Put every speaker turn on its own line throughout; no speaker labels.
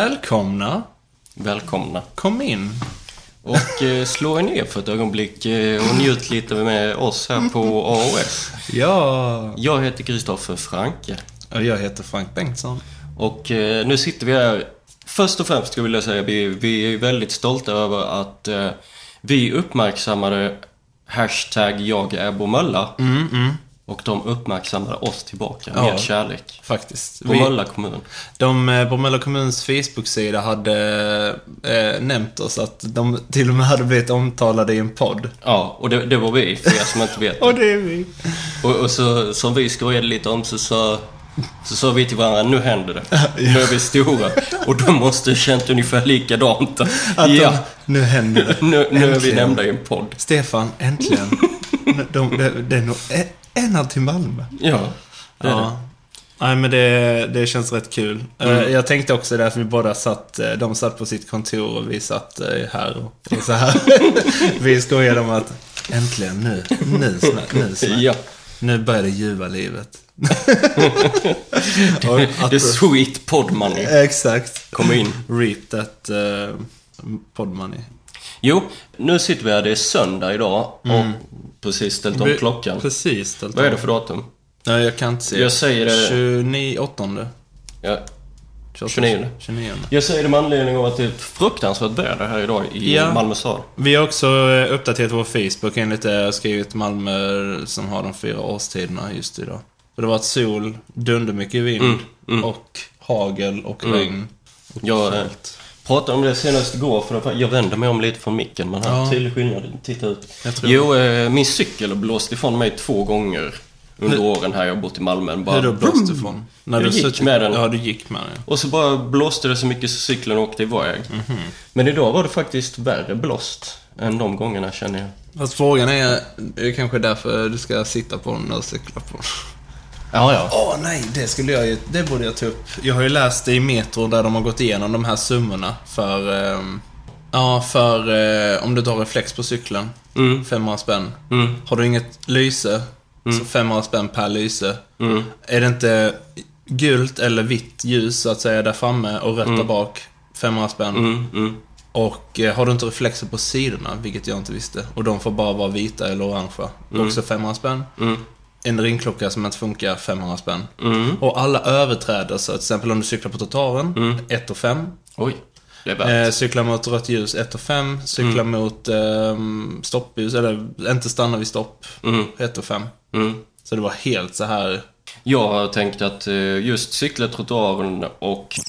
Välkomna.
Välkomna.
Kom in.
Och eh, slå er ner för ett ögonblick eh, och njut lite med oss här på AOS.
Ja.
Jag heter Kristoffer Franke
Och jag heter Frank Bengtsson.
och eh, nu sitter vi här. Först och främst skulle jag vilja säga vi, vi är väldigt stolta över att eh, vi uppmärksammade hashtag jag är Bromölla och de uppmärksammade oss tillbaka med
Mm, Ja.
kärlek.
Faktiskt. Vi,
Bromölla kommun.
de, eh, Bromölla kommuns Facebook-sida hade eh, nämnt oss att de till och med hade blivit omtalade i en podd.
Ja, och det, det var vi för er som inte vet.
Och det är vi.
Och, och så, som vi skojade lite om så sa, så sa vi till varandra, nu händer det. Nu är vi stora. Och de måste ha känt ungefär likadant.
Att
ja,
de, nu händer det.
nu, nu är vi
Äntligen.
nämnda i en podd.
Stefan, äntligen. de, de, det- det är nog e- en halv till Malmö.
Ja, det är det.
Ja. Nej men det, det känns rätt kul. Eh,
Mm.
Jag tänkte också därför vi båda satt, eh, de satt på sitt kontor och vi satt eh, här och, och så här. vi skojade om att äntligen nu, nu snart, nu snart.
Ja.
Nu börjar det ljuva livet. Och
Det är
att-
sweet podd money.
Exakt.
Kom in.
Reap that uh, pod money.
Jo, nu sitter vi här. Det är söndag idag och precis ställt om klockan.
Mm. Precis. Delta.
Vad är det för datum?
Nej, jag kan inte se.
Jag säger det-
29, 8.
Ja.
29.
29.
29.
Jag säger det med anledning av att det är ett fruktansvärt väder här idag i
Ja.
Malmö stad.
Vi har också eh, uppdaterat vår Facebook enligt det jag har skrivit Malmö som har de fyra årstiderna just idag. Och det har varit sol, dundermycket vind
Mm,
och hagel och regn. Och
Jag eh,
kallt.
pratade om det senast igår, för jag vänder mig om lite från micken. Man hör
Ja.
tydlig skillnad. Titta ut.
Jag tror-
Jo, eh, min cykel har blåst ifrån mig två gånger under åren här jag har bott i Malmö. Den Bara
Hur då blåste ifrån? När
Jag gick med den.
Ja, du gick med den.
Och så bara blåste det så mycket så cykeln åkte iväg. Men idag var det faktiskt värre blåst än de gångerna känner jag.
Fast frågan är, det är kanske därför du ska sitta på den och cykla på den.
Ja, ja.
Åh nej, det skulle jag ju, det borde jag ta upp. Jag har ju läst i Metro där de har gått igenom de här summorna för, ehm, ja för eh, om du tar reflex på cykeln,
Mm.
500 spänn. Har du inget lyse, så 500 spänn per lyse.
Mm.
Är det inte gult eller vitt ljus så att säga där framme och rött där bak, 500 spänn.
Mm, mm.
Och eh, har du inte reflexer på sidorna, vilket jag inte visste, och de får bara vara vita eller orangea, också 500 spänn. En ringklocka som inte funkar, 500 spänn. Och alla överträdelser, till exempel om du cyklar på trottoaren, 1 och 5.
Oj, det är värt.
Eh, cyklar mot rött ljus, 1 och 5. Cyklar mot eh, stoppljus, eller inte stanna vid stopp, 1 och 5.
Mm.
Så det var helt så här...
Jag har tänkt att eh, just cykla trottoaren och...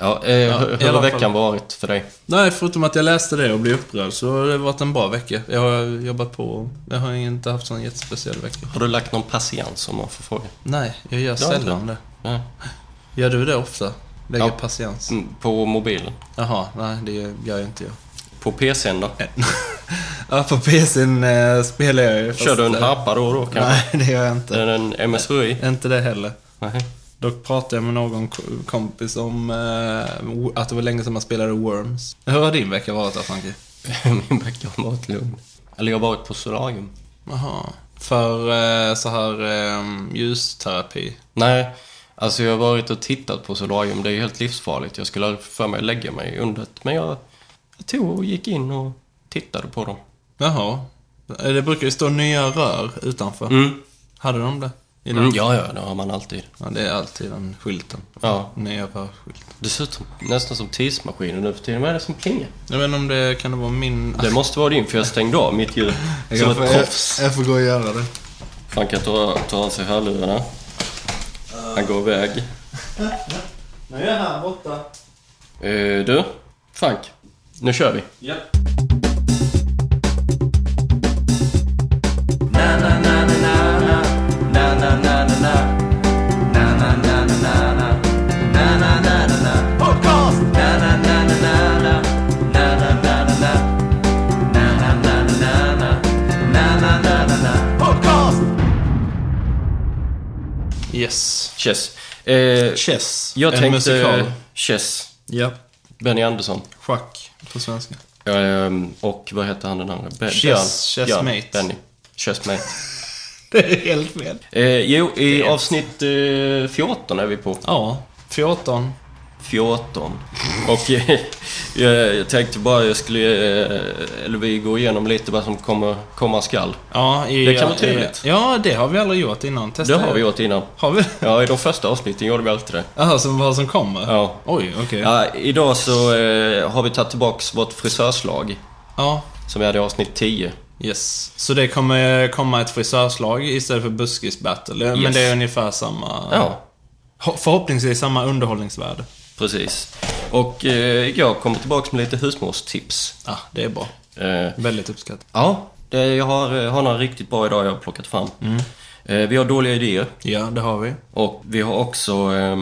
Ja, eh, hur
i
hur
alla
har
fall.
veckan varit för dig?
Nej, förutom att jag läste det och blev upprörd så har det varit en bra vecka. Jag har jobbat på. Jag har inte haft sån jättespeciell vecka.
Har du lagt någon patiens om man får fråga?
Nej, jag gör
har inte.
sällan det.
Nej.
Gör du det ofta? Lägger
Ja.
patiens?
Mm, På mobilen?
Jaha, nej det gör ju inte jag.
På PCn då?
Ja, på PCn eh, spelar jag ju. fast-
Kör du en harpa då och då kanske?
Nej, det gör jag inte.
Är det en MSRI?
Inte det heller.
Nej.
Dock pratade jag med någon k- kompis om eh, att det var länge sedan man spelade Worms. Hur har din vecka varit då, Frankie?
Min vecka har varit lugn. Eller jag har varit på solarium.
Jaha. För eh, så här eh, ljusterapi.
Nej, alltså jag har varit och tittat på solarium. Det är ju helt livsfarligt. Jag skulle aldrig för mig lägga mig under det. Men jag, jag tog och gick in och tittade på dem.
Jaha. Eh, Det brukar ju stå nya rör utanför.
Mm.
Hade de det? Innan?
Mm, ja, ja, det har man alltid.
Ja, det är alltid den skylten.
Ja,
Nya rörskylten.
dessutom nästan som tidsmaskinen nu för tiden. Vad är det som plingar?
Jag vet inte om det kan det vara min...
Det måste vara din, för jag stängde av mitt ljud. Som ett proffs.
Jag, får gå och göra det.
Fan kan ta, ta av sig hörlurarna. Han går iväg.
Nu är jag här borta.
Eh, du, Frank. Nu kör vi.
Ja. Yes.
Chess. Eh,
Chess.
jag
en
tänkte...
musikal.
Chess.
Ja.
Benny Andersson.
Schack på svenska.
Ehm, och vad heter han den andra? Be-
Chess- chessmate.
Benny. Just mig.
Det är helt fel.
Eh, jo, i avsnitt eh, 14 är vi på.
Ja, 14.
14. Och eh, jag, jag tänkte bara jag skulle... Eh, eller vi går igenom lite vad som kommer, komma skall.
Ja, i,
Det kan vara trevligt.
I, ja, det har vi aldrig gjort innan.
Det
Testa
har vi
det.
gjort innan.
Har vi?
Ja, i de första avsnitten gjorde vi alltid det.
Jaha, som vad som kommer?
Ja.
Oj, okej. Ja.
Ja, idag så eh, har vi tagit tillbaks vårt frisörslag som vi hade i avsnitt 10.
Yes. Så det kommer komma ett frisörslag istället för buskisbattle. Men
Yes.
det är ungefär samma...
Ja,
Ho- Förhoppningsvis samma underhållningsvärde.
precis. Och eh, jag kommer tillbaks med lite husmorstips.
Ja, det är bra.
Eh,
Väldigt uppskattat.
ja, det, jag har, eh, har några riktigt bra idag jag har plockat fram. Eh, vi har dåliga idéer
Ja, det har vi.
och vi har också eh,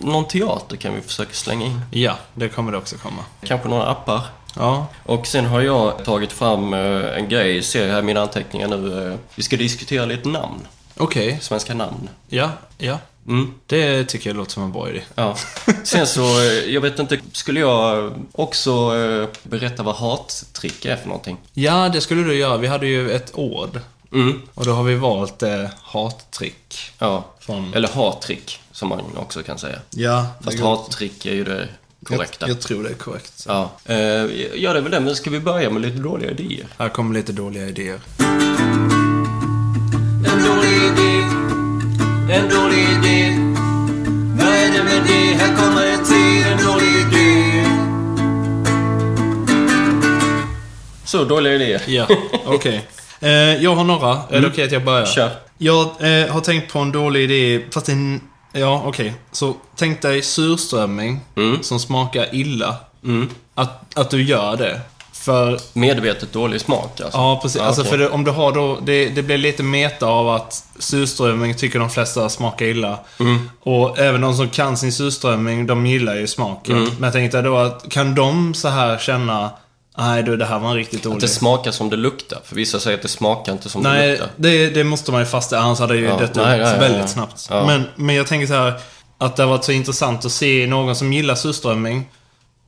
någon teater kan vi försöka slänga in.
Ja, det kommer det också komma.
Kanske några appar.
Ja.
Och sen har jag tagit fram eh, en grej, ser jag här i mina anteckningar nu. Eh, vi ska diskutera lite namn.
Okej.
Svenska namn.
Ja, ja.
Mm.
Det tycker jag låter som en bra idé.
Ja. Sen så, eh, jag vet inte, skulle jag eh, också eh, berätta vad hattrick är för någonting?
Ja, det skulle du göra. Vi hade ju ett ord.
Mm.
Och då har vi valt eh, hattrick.
Ja.
Från...
Eller hattrick, som man också kan säga.
Ja,
Fast
det går-
hattrick är ju det korrekta.
Jag, jag tror det är korrekt.
Ja. Eh, Ja, det är väl det, men ska vi börja med lite dåliga idéer?
Här kommer lite dåliga idéer.
En dålig idé, en dålig idé. Vad är det med det? Här kommer en till, en dålig idé. Så, dåliga idéer.
Ja, okej. Eh, jag har några. Är det okej att jag börjar?
Kör.
Jag eh, har tänkt på en dålig idé, fast en... Ja, okej. Så tänk dig surströmming som smakar illa. Att, att du gör det. För
Medvetet dålig smak alltså.
Ja, precis. Alltså
okej.
för det, om du har då, det, det blir lite meta av att surströmming tycker de flesta smakar illa. Och även de som kan sin surströmming, de gillar ju smaken. Men jag tänkte då att, kan de så här känna, nej du, det här var en riktigt
Att
dålig.
det smakar som det luktar. För vissa säger att det smakar inte som det
Nej,
luktar.
det, det måste man ju fastställa, annars hade ju
Ja,
dött
nej,
ut
nej,
väldigt
nej.
snabbt.
Ja.
Men, men jag tänker så här, att det har varit så intressant att se någon som gillar surströmming.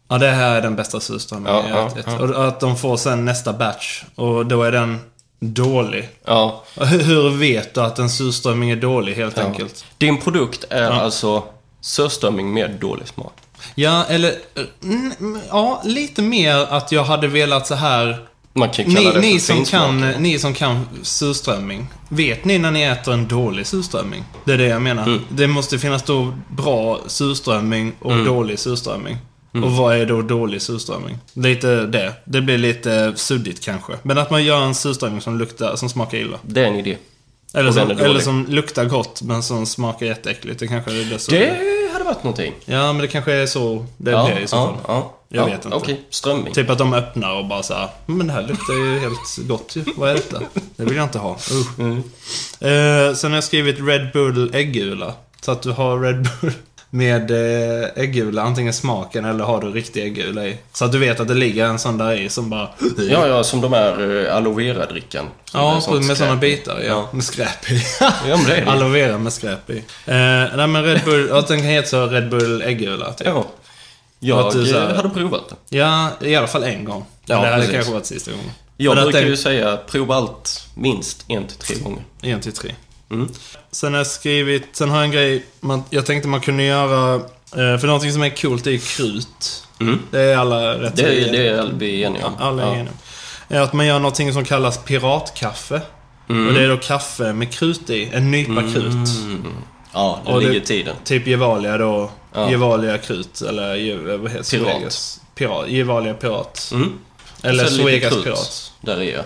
Ja, det här är den bästa surströmmingen
Ja,
jag
ja,
ätit.
ja.
Och att de får sen nästa batch. Och då är den dålig.
Ja,
Hur hur vet du att en surströmming är dålig helt
ja.
enkelt?
Din produkt är alltså surströmming med dålig smak.
Ja, eller... Mm, ja, lite mer att jag hade velat så här...
Man kan kalla
Ni,
det
ni,
för
som kan,
finsmak.
ni som kan surströmming. Vet ni när ni äter en dålig surströmming? Det är det jag menar.
Mm.
Det måste finnas då bra surströmming och
Mm.
dålig surströmming. Och vad är då dålig surströmming? Lite det. Det blir lite suddigt kanske. Men att man gör en surströmming som luktar, som smakar illa.
Det är en idé.
Eller
Och den
som,
är dålig.
eller som luktar gott men som smakar jätteäckligt. Det kanske är det som...
Det hade varit någonting.
Ja, men det kanske är så det blir i så fall.
ja.
Jag
ja,
vet inte.
Okej, strömming.
Typ att de öppnar och bara såhär, men det här luktar ju helt gott ju. Vad är detta? Det vill jag inte ha. Usch.
Mm.
Eh, sen har jag skrivit Red Bull äggula. Så att du har Red Bull med eh, äggula, antingen smaken eller har du riktig äggula i. Så att du vet att det ligger en sån där i som bara...
Ja, ja, som de här eh, aloe vera-drickan. Som är
Ja,
sånt
med sådana
skräp.
bitar. Ja.
Ja.
Med skräp i.
Ja, men det är det.
Aloe vera med skräp i. Eh, nej, men Red Bull... Att den kan heta så Red Bull äggula. Typ.
Ja.
Att
Jag
du så här-
eh, hade provat det.
Ja, i alla fall en gång.
Ja,
det hade
precis.
kanske varit sista gången.
Jag
Men att
brukar
den-
ju säga prova allt minst en till tre gånger.
En till tre.
Mm.
Sen har jag skrivit, sen har jag en grej, man, jag tänkte man kunde göra, eh, för någonting som är coolt är ju krut. Det är alla rätt
Mm. Det,
så
är-
eniga-
det är vi eniga om.
Alla är
Ja.
eniga. Eh, Att man gör någonting som kallas piratkaffe.
Mm.
Och det är då kaffe med krut i, en nypa krut.
Ja, det
Och det-
ligger i tiden.
Typ Gevalia då,
Ja.
Gevalia krut, eller Ge- eh, vad heter
Pirat.
Swegas? Pirat. Gevalia pirat.
Mm.
Eller
Och så lite
Swegas
krut.
pirat.
Där är jag.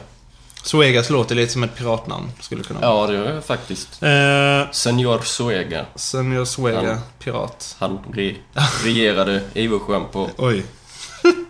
Swegas låter lite som ett piratnamn, skulle kunna vara.
Ja, det är jag faktiskt.
Eh,
Senor Suega.
sen gör Swega
Ja.
pirat.
Han re- regerade Ivosjön på
Oj.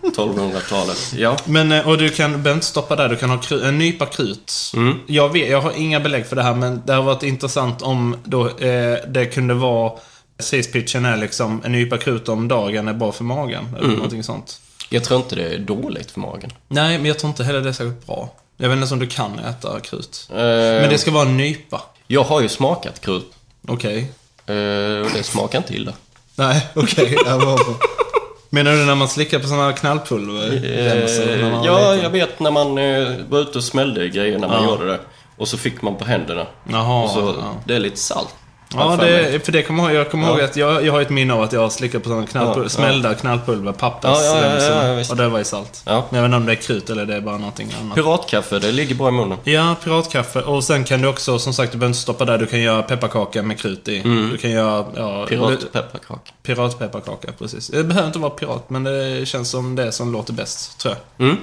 1200-talet. Ja.
Men, eh, och du kan, behöver inte stoppa där, du kan ha kru, en nypa krut.
Mm.
Jag, vet, jag har inga belägg för det här, men det har varit intressant om då, eh, det kunde vara Sales-pitchen är liksom en nypa krut om dagen är bra för magen. Eller
Mm.
någonting sånt.
Jag tror inte det är dåligt för magen.
Nej, men jag tror inte heller det är särskilt bra. Jag vet inte ens om du kan äta krut.
Eh,
Men det ska vara en nypa.
Jag har ju smakat krut.
Okej.
Eh, och det smakar inte illa.
Nej, okej. Jag var på- Menar du när man slickar på sådana här knallpulver?
Eh,
Remsor när man var
ja,
liten?
jag vet när man eh, var ute och smällde grejer när man
Ja.
gjorde det. Och så fick man på händerna.
Jaha.
Och så,
ja.
Det är lite salt.
Ja,
För mig.
det, för det kommer jag ihåg. Jag kommer
Ja.
ihåg att jag, jag har ett minne av att jag har slickat på sådana knallpulver,
Ja, ja.
smällda knallpulver, pappersremsor.
Ja, ja, ja, ja, ja, visst.
och det var i salt.
Ja.
Men jag vet inte om det är krut eller det är bara någonting annat.
Piratkaffe, det ligger bra i munnen.
Ja, piratkaffe. Och sen kan du också, som sagt, du behöver inte stoppa där. Du kan göra pepparkaka med krut i.
Mm.
Du kan göra... Ja, lu-
Piratpepparkaka.
Piratpepparkaka, precis. Det behöver inte vara pirat, men det känns som det som låter bäst, tror jag.
Mm,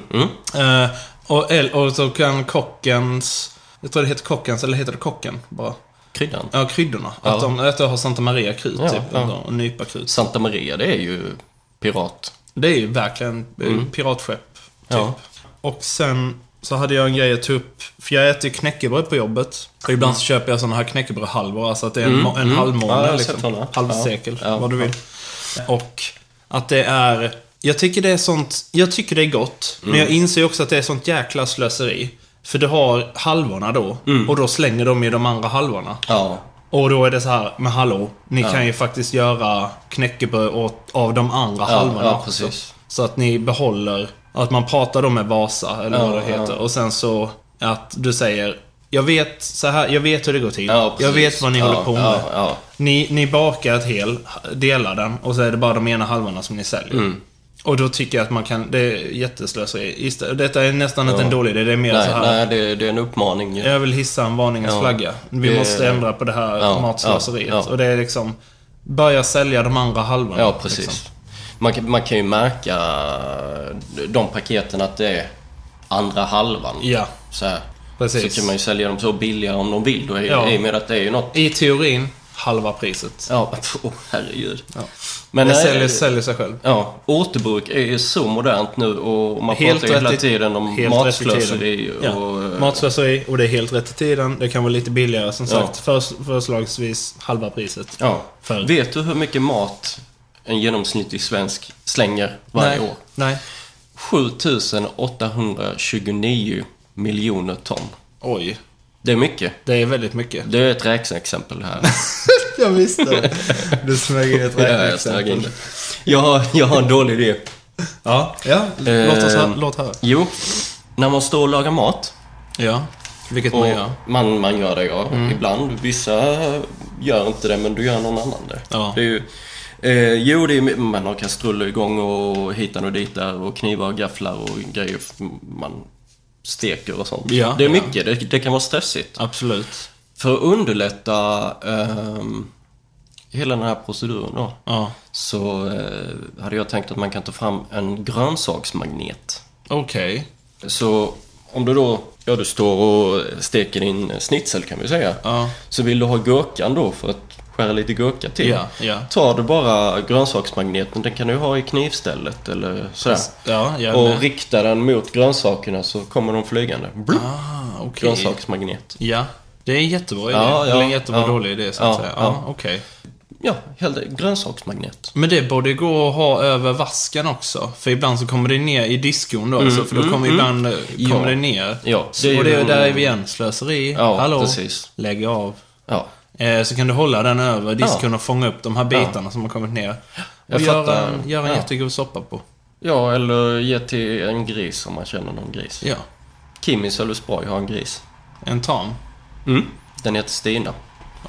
mm.
Eh, och, el- och så kan kockens... Jag tror det heter kockens, eller heter det kocken? Bara.
Kryddan.
Ja, kryddorna.
Ja.
Att, de, att jag har Santa Maria-krut,
Ja,
typ.
ja.
Och nypa-krut.
Santa Maria, det är ju pirat.
Det är ju verkligen eh, piratskepp, typ.
Mm. Ja.
Och sen så hade jag en grej att ta upp. För jag äter ju knäckebröd på jobbet. Och ibland så köper jag såna här knäckebrödhalvor. Alltså att det är en, mo- en
Mm. Ja, jag
halvmåne.
har sett
liksom.
såna.
Halvsekel,
Ja, ja,
vad du vill. Och att det är... Jag tycker det är sånt... Jag tycker det är gott.
Mm.
Men jag inser ju också att det är sånt jäkla slöseri. För du har halvorna då.
Mm.
Och då slänger de ju de andra halvorna.
Ja.
Och då är det så här, men hallå, ni kan ju faktiskt göra knäckebröd åt, av de andra halvorna
ja,
också.
precis.
Så att ni behåller, att man pratar då med Vasa, eller
Ja,
vad det
ja.
heter. Och sen så att du säger, jag vet, så här, jag vet hur det går till.
Ja, precis.
jag vet vad ni
Ja,
håller på med.
ja, ja.
Ni, ni bakar ett hel, delar den och så är det bara de ena halvorna som ni säljer.
Mm.
Och då tycker jag att man kan, det är jätteslöseri. Istä- Detta är nästan inte en dålig idé, det är mer så
Nej,
här.
nej det, det är en uppmaning. ju.
Jag vill hissa en varningens
Ja.
flagga. Vi
Det-
måste ändra på det här
Ja,
matslöseriet.
ja, ja.
Och det är liksom... Börja sälja de andra halvorna.
Ja, precis.
Liksom.
Man, kan- man kan ju märka eh, de paketen att det är andra halvan.
Ja.
Så, här.
Precis.
så kan man ju sälja dem så billigare om de vill. Då, i,
Ja.
I och med att det är ju något...
I teorin, halva priset.
Ja, åh herregud.
Men
Men
det
nej,
säljer, säljer sig själv.
Ja, återbruk är ju så modernt nu och man
Helt
pratar ju hela
rätt i-
tiden om
helt rätt i
matslöseri
tiden.
och... eh,
Ja. eh, Matslöseri och det är helt rätt i tiden. Det kan vara lite billigare som
Ja.
sagt. Förs, förslagsvis halva priset.
Ja.
Förr.
Vet du hur mycket mat en genomsnittlig svensk slänger
Nej.
varje år?
Nej.
7829 miljoner ton.
Oj.
Det är mycket.
Det är väldigt mycket.
Det är ett räkneexempel här.
Jag visste det. Du smög in ett
Ja, jag smög in
räkneexempel.
det. Jag har, jag har en dålig idé.
Ja, ja. Låt oss höra.
Eh,
Låt höra.
Jo, när man står och lagar mat
Ja. Vilket
och
man gör. Mm.
man, man gör det ja, ibland. Vissa gör inte det, men du gör någon annan det.
Ja.
det är ju, eh, jo, det är, man har kastruller igång och hitan och dit där och knivar och gafflar och grejer man steker och sånt.
Ja,
det är
ja.
mycket, det, det kan vara stressigt.
Absolut.
För att underlätta ehm, hela den här proceduren då,
Ja.
så eh, hade jag tänkt att man kan ta fram en grönsaksmagnet.
Okej.
Så om du då, ja du står och steker din snitsel kan vi säga.
Ja.
Så vill du ha gurkan då för att skära lite gurka till.
Ja, ja.
Tar du bara grönsaksmagneten, den kan du ha i knivstället eller sådär.
Ja, jag
och
med.
riktar den mot grönsakerna så kommer de flygande. Blup!
Ah, okej.
Grönsaksmagnet.
Ja. Det är en jättebra idé.
Ja, ja,
Eller en jättebra
ja.
dålig idé, så att
Ja,
säga. Ja,
ja.
okej.
Ja, helt, grönsaksmagnet.
Men det borde gå att ha över vasken också. För ibland så kommer det ner i diskon då. alltså, för då kommer ibland eh, kommer
Mm, Ja.
det ner.
Ja, det är
och
ju
det, är-
en-
där är vi igen. Slöseri.
Ja,
Hallå.
precis.
Lägg av.
Ja.
Eh, så kan du hålla den över diskon och fånga upp de här bitarna som har kommit ner. Och
Jag
göra
fattar.
en, gör en
Ja.
jättegod soppa på.
ja, eller ge till en gris om man känner någon gris.
Ja.
Kim i Sölvesborg har en gris. Mm.
En tam.
Den heter Stina.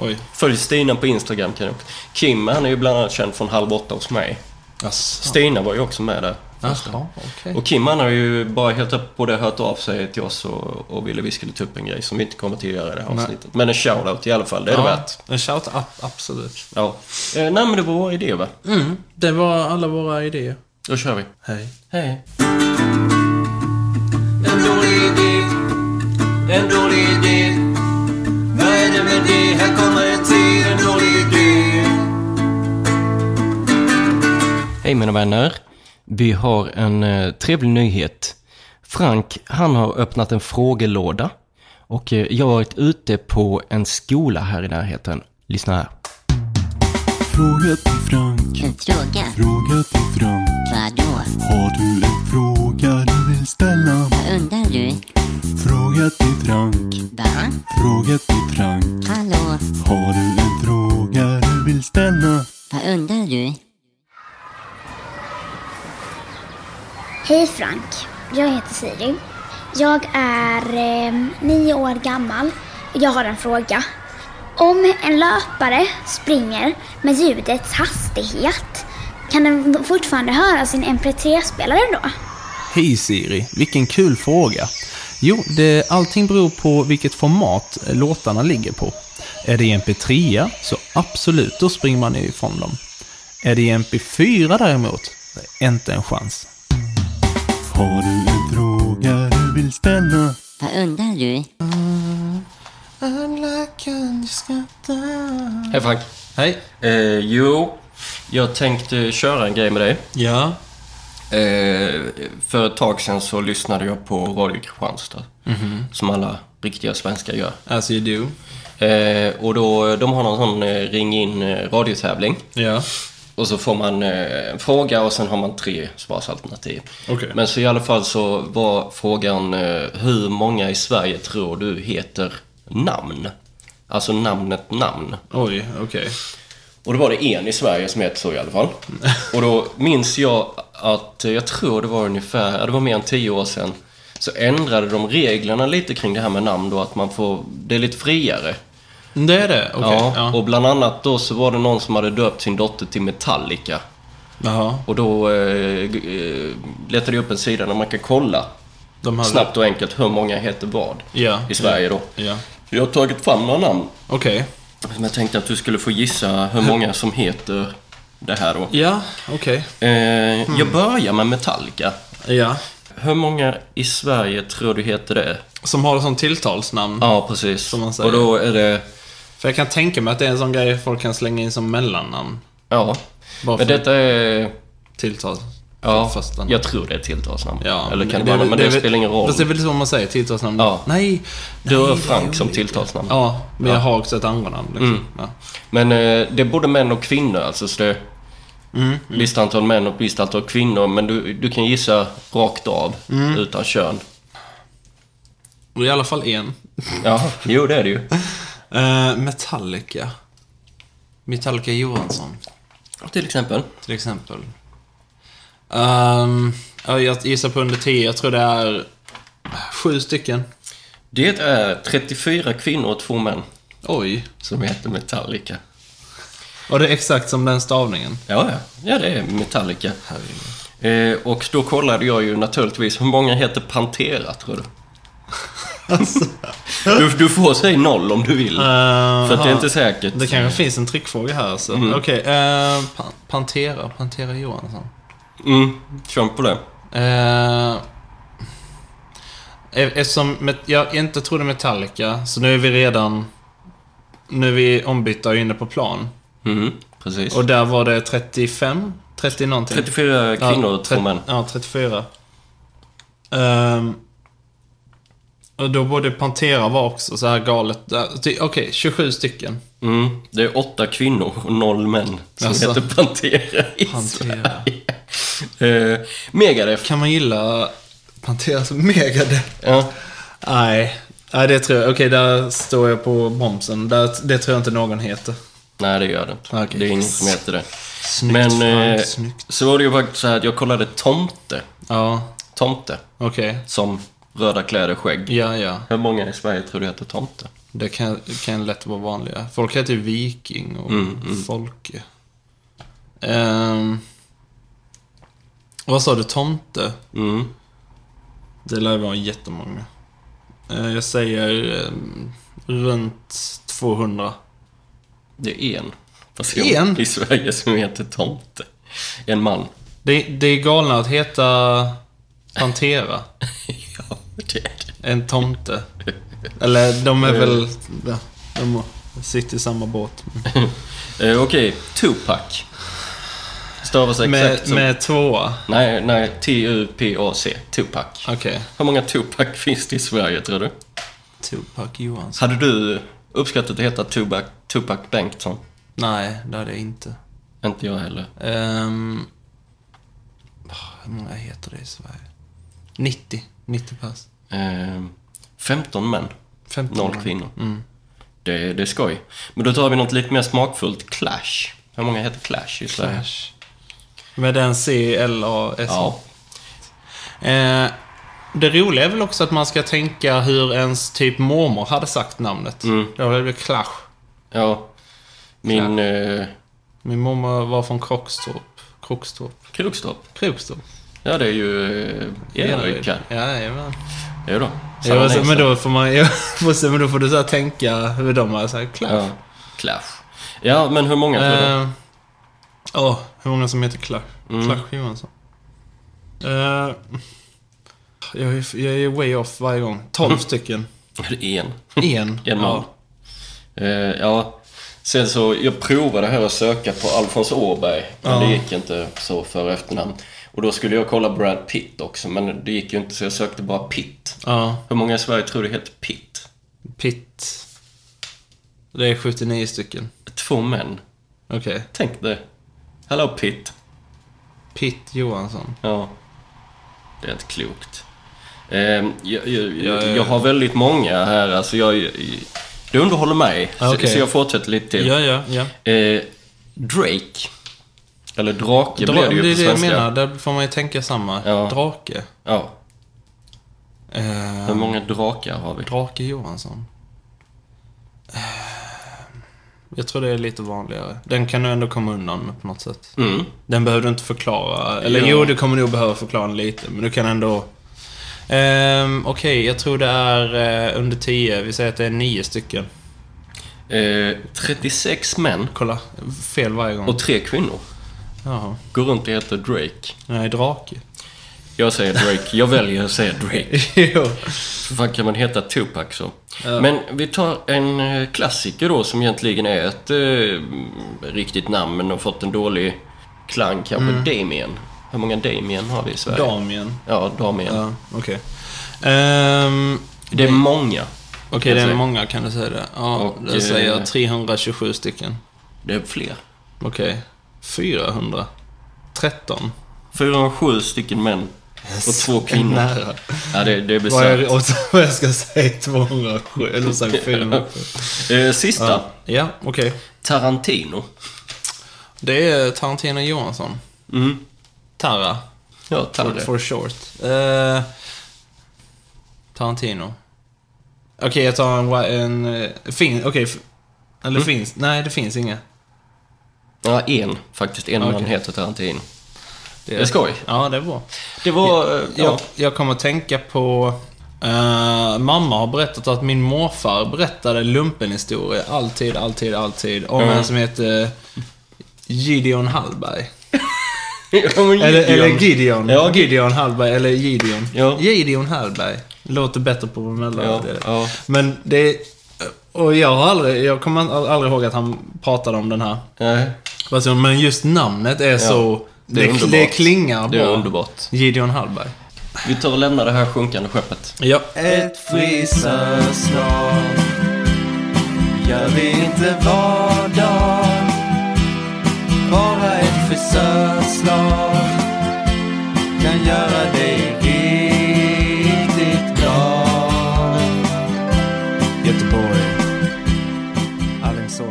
Oj.
Följ Stina på Instagram kan du också. Kim han är ju bland annat känd från Halv åtta hos mig.
Jaså.
Stina var ju också med där.
Jaha, okej.
Och Kim han har ju bara helt upp på det hört av sig till oss och, och ville vi skulle ta upp en grej som vi inte kommer till att göra i det här avsnittet. Men en shoutout i alla fall, det är det värt.
En shout up, absolut.
Ja. Eh, nej men det var vår idé va?
Mm, det var alla våra idéer.
Då kör vi.
Hej.
Hej. En dålig idé. En dålig idé. Vad är det med det? Här kommer en till. En dålig idé. Hej mina vänner. Vi har en eh, trevlig nyhet. Frank, han har öppnat en frågelåda. Och eh, jag har varit ute på en skola här i närheten. Lyssna här.
Fråga till Frank,
En fråga?
fråga till Frank.
Vadå?
Har du en fråga du vill ställa?
Vad undrar du?
Fråga till Frank,
Va?
fråga till Frank.
Hallå?
Har du en fråga du vill ställa?
Vad undrar du?
Hej Frank, jag heter Siri. Jag är eh, nio år gammal. Jag har en fråga. Om en löpare springer med ljudets hastighet, kan den fortfarande höra sin MP3-spelare då?
Hej Siri, vilken kul fråga. Jo, det, allting beror på vilket format låtarna ligger på. Är det E i MP3 så absolut, då springer man ifrån dem. Är det E i MP4 däremot, så är det inte en chans.
Har du en fråga du vill ställa?
Vad undrar du?
Hej Frank.
Hej.
Eh, jo, jag tänkte köra en grej med dig.
Ja.
Eh, för ett tag sedan så lyssnade jag på Radio Kristianstad. Som alla riktiga svenskar gör.
As you do.
Eh, och då, de har någon sån eh, ring in eh, radiotävling.
Ja.
Och så får man eh, en fråga och sen har man tre svarsalternativ.
Okej.
Men så i alla fall så var frågan eh, hur många i Sverige tror du heter namn? Alltså namnet namn.
Oj, okej.
Och då var det en i Sverige som hette så i alla fall. Och då minns jag att, eh, jag tror det var ungefär, ja, det var mer än tio år sedan, så ändrade de reglerna lite kring det här med namn då, att man får, det är lite friare.
Det är det? Okej.
ja,
Ja.
Och bland annat då så var det någon som hade döpt sin dotter till Metallica.
Jaha.
Och då eh, g- eh, letade jag upp en sida där man kan kolla
De här...
snabbt och enkelt hur många heter vad
Ja.
i Sverige då.
Ja.
Jag har tagit fram några namn
Okej.
som jag tänkte att du skulle få gissa hur många som heter det här då.
Ja, okej.
Eh,
Mm.
Jag börjar med Metallica.
Ja.
Hur många i Sverige tror du heter det?
Som har det som tilltalsnamn.
Ja, precis.
man säger.
och då är det...
För jag kan tänka mig att det är en sån grej folk kan slänga in som mellannamn.
Ja.
Bara
Men
för
detta är...
tilltal.
Ja,
för första namn.
jag tror det är tilltalsnamn.
Ja,
Eller kan det,
är
vara,
väl-
men det,
är väl-
spelar ingen roll.
Fast det är väl så man säger, tilltalsnamn.
Ja.
Nej.
Du
nej,
har
det är
Frank som
olika.
tilltalsnamn.
Ja, men jag har också ett andra namn. Liksom.
Mm.
Ja.
Men eh, det är både män och kvinnor alltså. Så det är
Mm,
visst antal män och visst antal kvinnor. Men du, du kan gissa rakt av
Mm.
utan kön.
Och det är i alla fall en.
Ja, jo det är det ju.
Eh, Metallica. Metallica Johansson,
Till exempel.
till exempel. Ehm, ja, jag gissar på under 10. Jag tror det är sju stycken.
Det är 34 kvinnor och två män
Oj.
som heter Metallica.
Och det är exakt som den stavningen.
Ja, ja. Ja, det är Metallica. Eh, och då kollade jag ju naturligtvis, hur många heter Pantera tror du?
Alltså.
du, du får säga noll om du vill. för att det är inte säkert.
Ah, Det kanske finns en trickfråga här alltså. Okej, eh, Pan- Pantera. Pantera Johansson.
Mm, kör på det.
Eh, e-, eftersom met- jag inte trodde Metallica, så nu är vi redan... Nu är vi ombytta och inne på plan.
Mm, precis.
Och där var det 35? 30 någonting?
34
Ja,
kvinnor och två
tre-
män.
Ja, 34. Ehm, och då borde Pantera vara också så här galet. Ja, ty- Okej, 27 stycken.
Mm. Det är åtta kvinnor och noll män som
Alltså.
heter Pantera i
Pantera.
Sverige. Eh, Megadeth.
Kan man gilla Pantera som Megadeth?
Ja.
Nej. Nej, det tror jag. Okej, där står jag på bromsen. Där, det tror jag inte någon heter.
Nej, det gör det inte.
Okej.
Det är ingen som heter det.
Snyggt,
Men eh,
Frank, snyggt.
så var det ju faktiskt så här att jag kollade Tomte.
Ja,
Tomte.
okej.
Som röda kläder, skägg.
Ja, ja.
Hur många i Sverige tror du heter Tomte?
Det kan, kan lätt vara vanliga. Folk heter ju Viking och Folke. Ehm, vad sa du? Tomte?
Mm.
Det lär vara jättemånga. Uh, jag säger ehm, runt 200.
Det är en person
En?
i Sverige som heter Tomte. En man.
Det, det är galna att heta Pantera.
Ja, det är det.
En tomte. Eller de är väl... ja, De sitter i samma båt.
Eh, Okej, Tupac. Stavas exakt
Med,
som...
med tvåa.
Nej, nej, T-U-P-A-C. Tupac.
Okej.
Hur många Tupac finns det i Sverige, tror du?
Tupac Johansson.
Hade du uppskattat att heta Tupac, Tupac Bengtsson?
Nej, det hade jag inte.
Inte jag heller.
Ehm, ah, hur många heter det i Sverige? 90. 90 pass.
Ehm, 15 män,
15
noll
män. Mm.
kvinnor. Det, det är skoj. Men då tar vi något lite mer smakfullt. Clash. Hur många heter Clash i Sverige?
Clash. Med den C, L, A, S.
Ja.
Eh, Det roliga är väl också att man ska tänka hur ens typ mormor hade sagt namnet. Mm. Då blev det Clash.
Ja. Min... Eh,
Min mormor var från Krokstorp. Krokstorp.
Krokstorp.
Krokstorp.
Ja, det är ju... Eh, Enröka.
Ja, jajamän.
Jo då.
Ja,
Sanna
alltså,
Nilsson.
men då får man ju... men då får du så här tänka hur de har sagt Clash.
Ja. Clash. Ja, men hur många tror Mm. du?
Eh, Åh, hur många som heter Clash? Clash Johansson. Eh, jag, är, jag är way off varje gång. 12 stycken.
Är det En.
En.
Mm. En man.
ja.
Eh, ja. Sen så, jag provade här att söka på Alfons Åberg. Men
Ja.
det gick inte så för och efternamn. Och då skulle jag kolla Brad Pitt också, men det gick ju inte så jag sökte bara Pitt.
ja.
Hur många i Sverige tror du heter Pitt?
Pitt. Det är 79 stycken.
Två män.
Okej.
Tänk det. Hello Pitt.
Pitt Johansson.
Ja. Det är inte klokt. Ehm, jag, jag,
Jag-
jag, jag har väldigt många här. Alltså jag, jag, du underhåller mig,
Ja, okej.
så, så jag fortsätter lite till.
Ja, ja, ja.
Eh, Drake. Eller drake
Dra-
blev det ju
det är det
på
jag
svenska.
menar. Där får man ju tänka samma.
Ja.
Drake.
Ja.
Eh,
Hur många drakar har vi?
Drake Johansson. Eh, Jag tror det är lite vanligare. Den kan du ändå komma undan med på något sätt.
Mm.
Den behöver du inte förklara. Eller
Ja.
jo, du kommer nog behöva förklara den lite. Men du kan ändå... Ehm, Okej, jag tror det är eh, under 10. Vi säger att det är nio stycken.
Eh, 36 män
Kolla, fel varje gång.
och tre kvinnor
Jaha.
går runt och heter Drake.
Nej, drake.
Jag säger Drake. Jag väljer att säga Drake.
jo.
För fan kan man heta Tupac så? Men vi tar en eh, klassiker då som egentligen är ett eh, riktigt namn men har fått en dålig klang. Kanske
Mm.
Damien. Hur många Damien har vi i Sverige?
Damien.
Ja, Damien.
Ja, okej. Ehm,
Det är många.
Okej,
Jag
det är
säger.
många kan du säga det. Ja,
Alltså- Och,
jag säger
eh,
jag 327 stycken.
Det är fler.
Okej. 400. 13.
407 stycken män och två kvinnor.
Nära.
Ja, det, det är
Vad jag,
bisarrt.
och, vad jag ska säga 207, eller så 400.
Eh, Sista.
Ja, okej.
Tarantino.
Det är Tarantino Johansson.
Mm.
Tara,
Ja,
for,
Tarantino.
for short. Eh, Tarantino. Okej, jag tar en... wi- en eh, fin, okej. f- eller finns... Nej, det finns inga.
Ja, en faktiskt. En man
Okej.
heter Tarantino.
Det
är skoj.
Ja, det är bra.
Det var... eh,
Jag,
Ja.
jag kommer att tänka på... eh, mamma har berättat att min morfar berättade lumpenhistorier alltid, alltid, alltid. Om
Mm.
en som heter eh, Gideon Hallberg.
Ja, men
Eller, eller
Mm. Gideon.
Gideon.
Ja, Gideon.
Gideon Hallberg, eller Gideon.
Ja.
Gideon Hallberg. Låter bättre på
Ja,
mellanavdelningen.
ja.
Men det... Och jag har aldrig... Jag kommer all- aldrig ihåg att han pratade om den här
Nej.
personen. Men just namnet är så...
det är
det,
underbart.
det klingar
Det är
bra.
underbart.
Gideon Hallberg.
Vi tar och lämnar det här sjunkande skeppet.
Ja.
ett frisörslag Jag vet inte vad dag Bara ett frisörslag Kan göra dig riktigt glad Göteborg Alingsås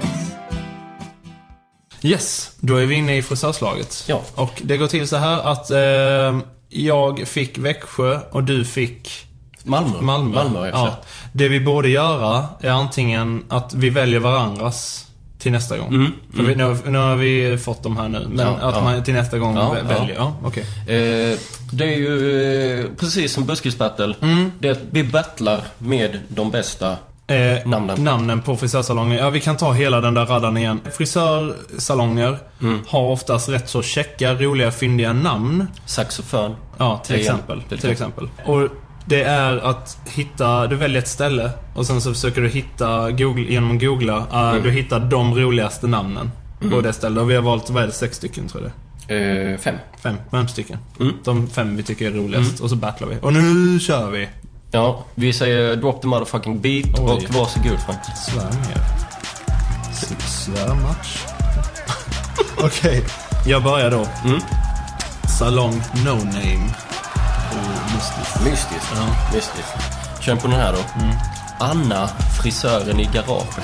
Yes, då är vi inne i frisörslaget.
Ja.
Och det går till så här att eh, jag fick Växjö och du fick
Malmö.
Malmö.
Malmö ja.
ja. Det vi borde göra är antingen att vi väljer varandras till nästa gång. För vi, nu, har- nu har vi fått dem här nu. Men
Mm, Ja,
att
ja.
man till nästa gång
Ja,
vä-
ja.
väljer. Ja, okej.
Eh, det är ju eh, precis som buskisbattle. Det är att vi battlar med de bästa.
Eh,
Namnen.
namnen på frisörsalonger. Ja, vi kan ta hela den där raddan igen. Frisörsalonger
Mm.
har oftast rätt så käcka, roliga, fyndiga namn.
Saxofon.
Ja, till
Igen,
exempel.
till
Till exempel. Och det är att hitta, du väljer ett ställe och sen så försöker du hitta, Google, genom att googla, eh, du hittar de roligaste namnen på det stället. Och vi har valt, vad är det, sex stycken tror jag det är.
Eh, fem.
Fem, fem stycken. De fem vi tycker är roligast. Och så battlar vi. Och nu kör vi!
Ja, vi säger drop the motherfucking beat
Oj.
och varsågod Frank.
Svär mer. S- Svärmatch. Okej, jag börjar då. Salong No Name. Oh, Och mystiskt.
Mystiskt. Mystiskt. Mm. Känn på den här då. Anna, frisören i garaget.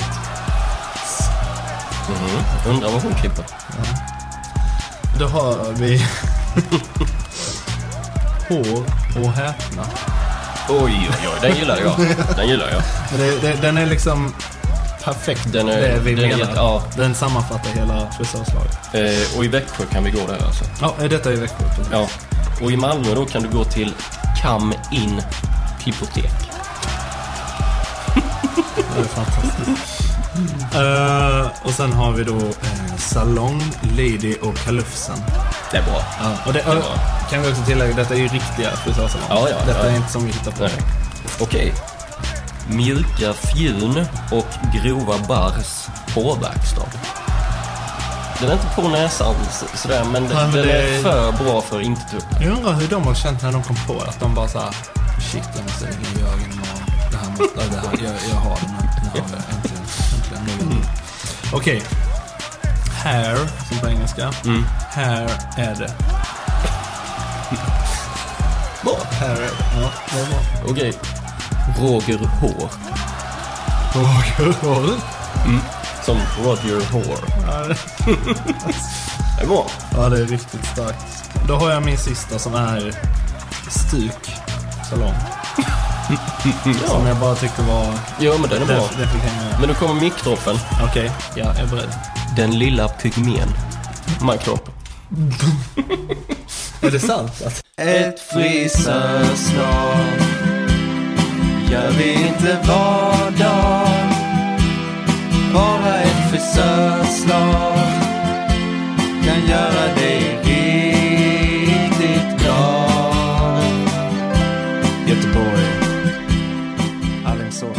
Mm. Undrar vad hon klipper.
Då har vi... Hår och häpna.
Oj, oj, oj. Den gillar jag. Den gillar jag.
Det, det, den är liksom perfekt,
Den är-
det vi
den är
menar.
helt- ja.
Den sammanfattar hela frisörslaget.
Eh, och i Växjö kan vi gå där alltså.
Ja, detta är Växjö. precis.
Ja. Och i Malmö då kan du gå till Come In Hypotek.
Det är fantastiskt. Eh, och sen har vi då eh, Salong, Lady och Kalufsen.
Det är bra.
Och det,
bra.
kan vi också tillägga, detta är ju riktiga frisörsalonger.
Ja, ja,
detta
ja.
är inte som vi hittar på.
Nej. Okej. Mjuka fjun och grova bars hårverkstad. Den är inte på näsan s- sådär, men den,
Nej, men
den
det-
är för bra för inte tuppen.
Jag undrar hur de har känt när de kom på det, att de bara såhär Shit, jag måste ringa Jörgen imorgon. Det här måste, det här, jag, jag har den här. Nu har jag äntligen, äntligen. Nu är den. Okej. Hair, som på engelska. Hair är det.
Bra!
Hair är det. Ja, det är bra.
Okej. Roger Hår.
Roger.
Som Roger Hår. Det är bra.
Ja, det är riktigt starkt. Då har jag min sista som är Stuk salong. Som jag bara tyckte var...
Ja, men den är bra.
Den, den fick hänga med.
Men nu kommer mikrofon.
Okej, ja, jag är beredd.
Den lilla pygmén. Mikrop.
Är det sant? Att...
Ett frisörslag gör vi inte var dag Bara ett frisörslag kan göra dig riktigt glad
Göteborg. Alingsås.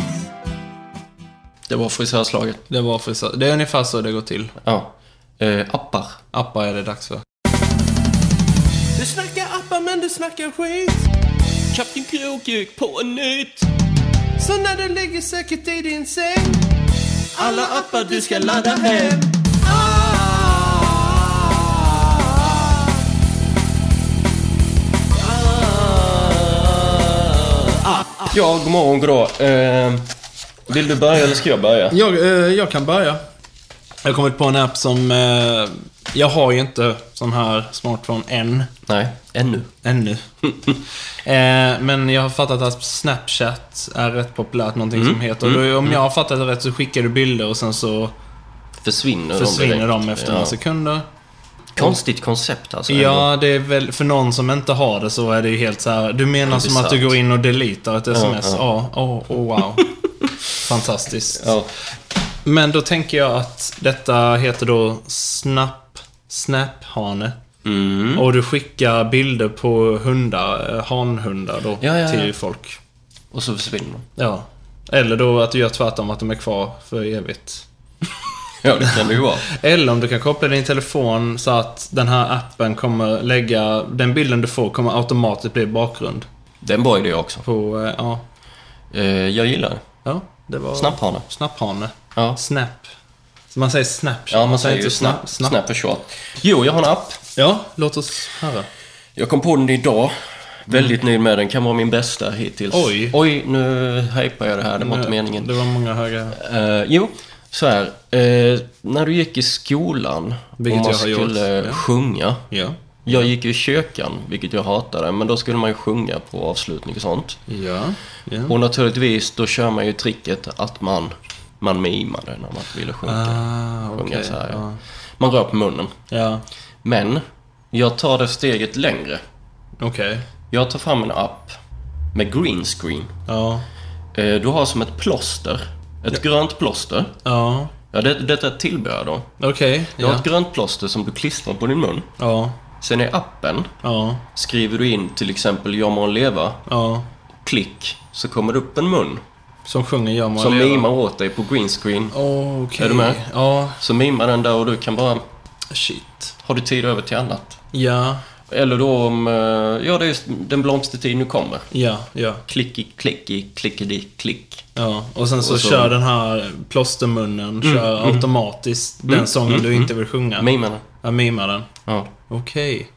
Det var frisörslaget.
Det var frisör. Det är ungefär så det går till.
Ja. Eh, appar.
Appar är det dags för.
Du snackar appar men du snackar skit. Kapten Krok gick på en nytt. Så när du ligger säkert i din säng. Alla appar du ska ladda hem. Ja, god morgon, god dag. Eh, vill du börja eller ska jag börja?
Jag, eh, jag kan börja. Jag har kommit på en app som... Eh, jag har ju inte sån här smartphone än.
Nej, ännu.
Ännu. eh, men jag har fattat att Snapchat är rätt populärt, någonting som
Mm.
heter. Och då, om jag har fattat det rätt så skickar du bilder och sen så
Försvinner,
försvinner
direkt.
de efter några
Ja.
sekunder.
Konstigt koncept alltså.
Ja, det är väl, för någon som inte har det så är det ju helt så här. Du menar som att du
Bisarrt.
går in och deletar ett sms?
ja.
Ja, åh, åh, wow. Fantastiskt.
Ja.
Men då tänker jag att detta heter då Snap, Snaphane.
Mm.
Och du skickar bilder på hundar, eh, hanhundar då,
Ja, ja,
till
ja.
folk.
Och så försvinner de.
Ja. Eller då att du gör tvärtom, att de är kvar för evigt.
Ja, det kan det ju vara.
Eller om du kan koppla din telefon så att den här appen kommer lägga... Den bilden du får kommer automatiskt bli bakgrund.
Det är en bra idé också.
På... eh, Ja.
Eh, jag gillar det.
Ja, det var...
Snapphane.
Snapphane.
Ja.
Snap. Så man säger Snapchat.
Ja, man säger ju
inte
snap,
snap.
snap. och short. Jo, jag har en app.
Ja, låt oss höra.
Jag kom på den idag. Väldigt nöjd med den. Kan vara min bästa hittills.
Oj.
Oj, nu hypar jag det här. Det var inte meningen.
Det var många höga...
Eh, jo, så här. Eh, när du gick i skolan
Vilket
och man
jag har gjort,
skulle
ja.
sjunga.
Ja.
Jag gick i kökan, vilket jag hatade, men då skulle man ju sjunga på avslutning och sånt.
Ja. ja.
Och naturligtvis, då kör man ju tricket att man, man mimade när man inte ville sjunga.
Ah,
sjunga
okej,
så här.
ja.
Man rör på munnen.
Ja.
Men, jag tar det steget längre.
Okej.
Jag tar fram en app med green screen.
Ja.
Eh, Du har som ett plåster, ett grönt plåster.
Ja.
Ja, det, detta är ett tillbehör då.
Okej.
Du har
Ja.
ett grönt plåster som du klistrar på din mun.
Ja.
Sen i appen
Ja.
skriver du in till exempel “Jag må leva”,
Ja.
klick, så kommer det upp en mun
Som sjunger gör man
som
leva.
mimar åt dig på green screen.
Okej.
Är du med?
Ja.
Så mimar den där och du kan bara
Shit.
Har du tid över till annat?
Ja.
Eller då om... eh, Ja, det är just den blomstertid nu kommer.
Ja. Ja.
Klicki, klicki, klickidi, klick.
Ja, och sen så,
Och så- Mm,
kör den här plåstermunnen kör automatiskt den sången du inte vill sjunga.
Mimarna.
ja, mimar den.
Ja.
Okej.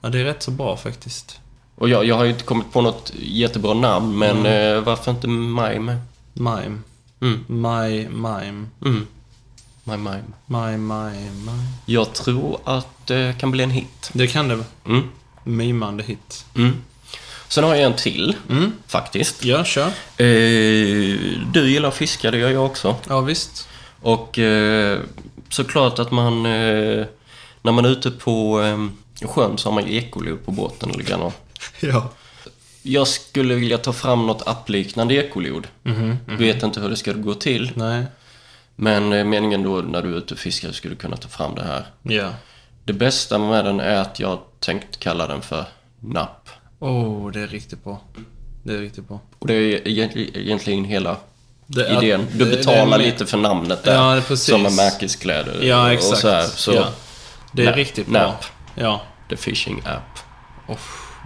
Ja, det är rätt så bra faktiskt.
Och jag, jag har ju inte kommit på något jättebra namn, men eh, varför inte Mime?
Mime.
Mm.
My, mime.
Mm. My Mime.
My, my, mime.
Jag tror att det kan bli en hit.
Det kan det vara.
Mm.
Mimande hit.
Mm. Sen har jag en till, faktiskt.
Ja, kör.
Eh, du gillar att fiska, det gör jag också.
Ja, visst.
Och eh, såklart att man... Eh, när man är ute på eh, sjön så har man ju ekolod på båten eller grann.
Ja.
Jag skulle vilja ta fram något appliknande ekolod.
Mhm,
Vet inte hur det ska gå till.
Nej.
Men eh, meningen då när du är ute och fiskar skulle du kunna ta fram det här.
Ja.
Det bästa med den är att jag tänkt kalla den för napp.
Åh, oh, det är riktigt bra. Det är riktigt bra.
Och det är egent- egentligen hela
Det är-
idén. Du
det- det
betalar
är-
lite för namnet där.
Ja, det är precis.
Som med märkeskläder
Ja, exakt.
och så här. Så
ja. Det är
Nap.
riktigt bra.
Nap.
Ja.
The Fishing App.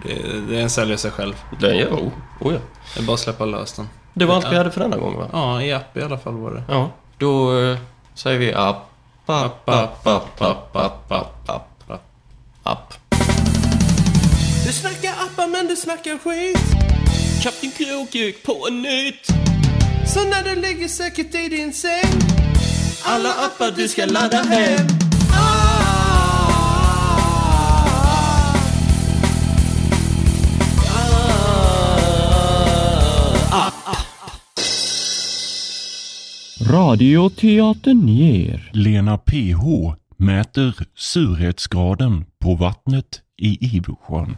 Det, det är en säljer sig själv.
Den gör oh, oh ja.
Det är bara att släppa lös den.
Det var allt vi hade för denna gång va?
Ja, i app i alla fall var det.
Ja. Då eh, säger vi app, app, app, app, app, app, app, app, app.
Du snackar appar men du snackar skit.
Kapten Krokuk på nytt!
Så när du ligger säkert i din säng.
Alla appar du ska ladda hem.
Radioteatern ger
Lena PH mäter surhetsgraden på vattnet i Ivsjön.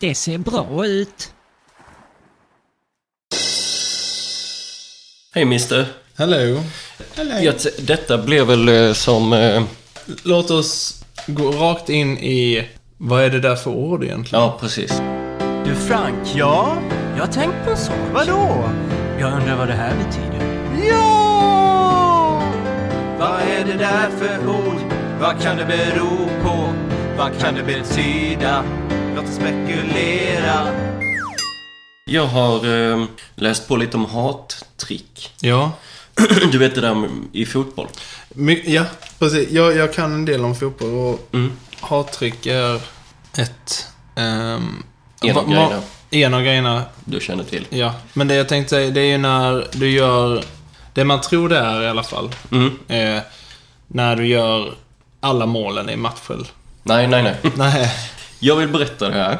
Det ser bra ut.
Hej mister.
Hello.
Jag t- Detta blev väl eh, som... eh,
Låt oss gå rakt in i... Vad är det där för ord egentligen?
Ja, precis.
Du Frank,
Ja,
jag har tänkt på en sak.
vadå?
Jag undrar vad det här betyder.
Ja! Vad är det där för ord? Vad kan det bero på? Vad kan det betyda? Låt oss spekulera.
Jag har eh, läst på lite om hattrick.
Ja.
Du vet det där med- i fotboll.
My, ja, precis. Jag, jag kan en del om fotboll och hattrick är ett... ehm,
En av
va- va-
grejerna.
En av grejerna,
Du känner till.
ja. Men det jag tänkte säga, det är ju när du gör... Det man tror det är i alla fall.
Mm.
Eh, när du gör alla målen i matchen.
Nej, nej, nej.
Nej.
Jag vill berätta det här.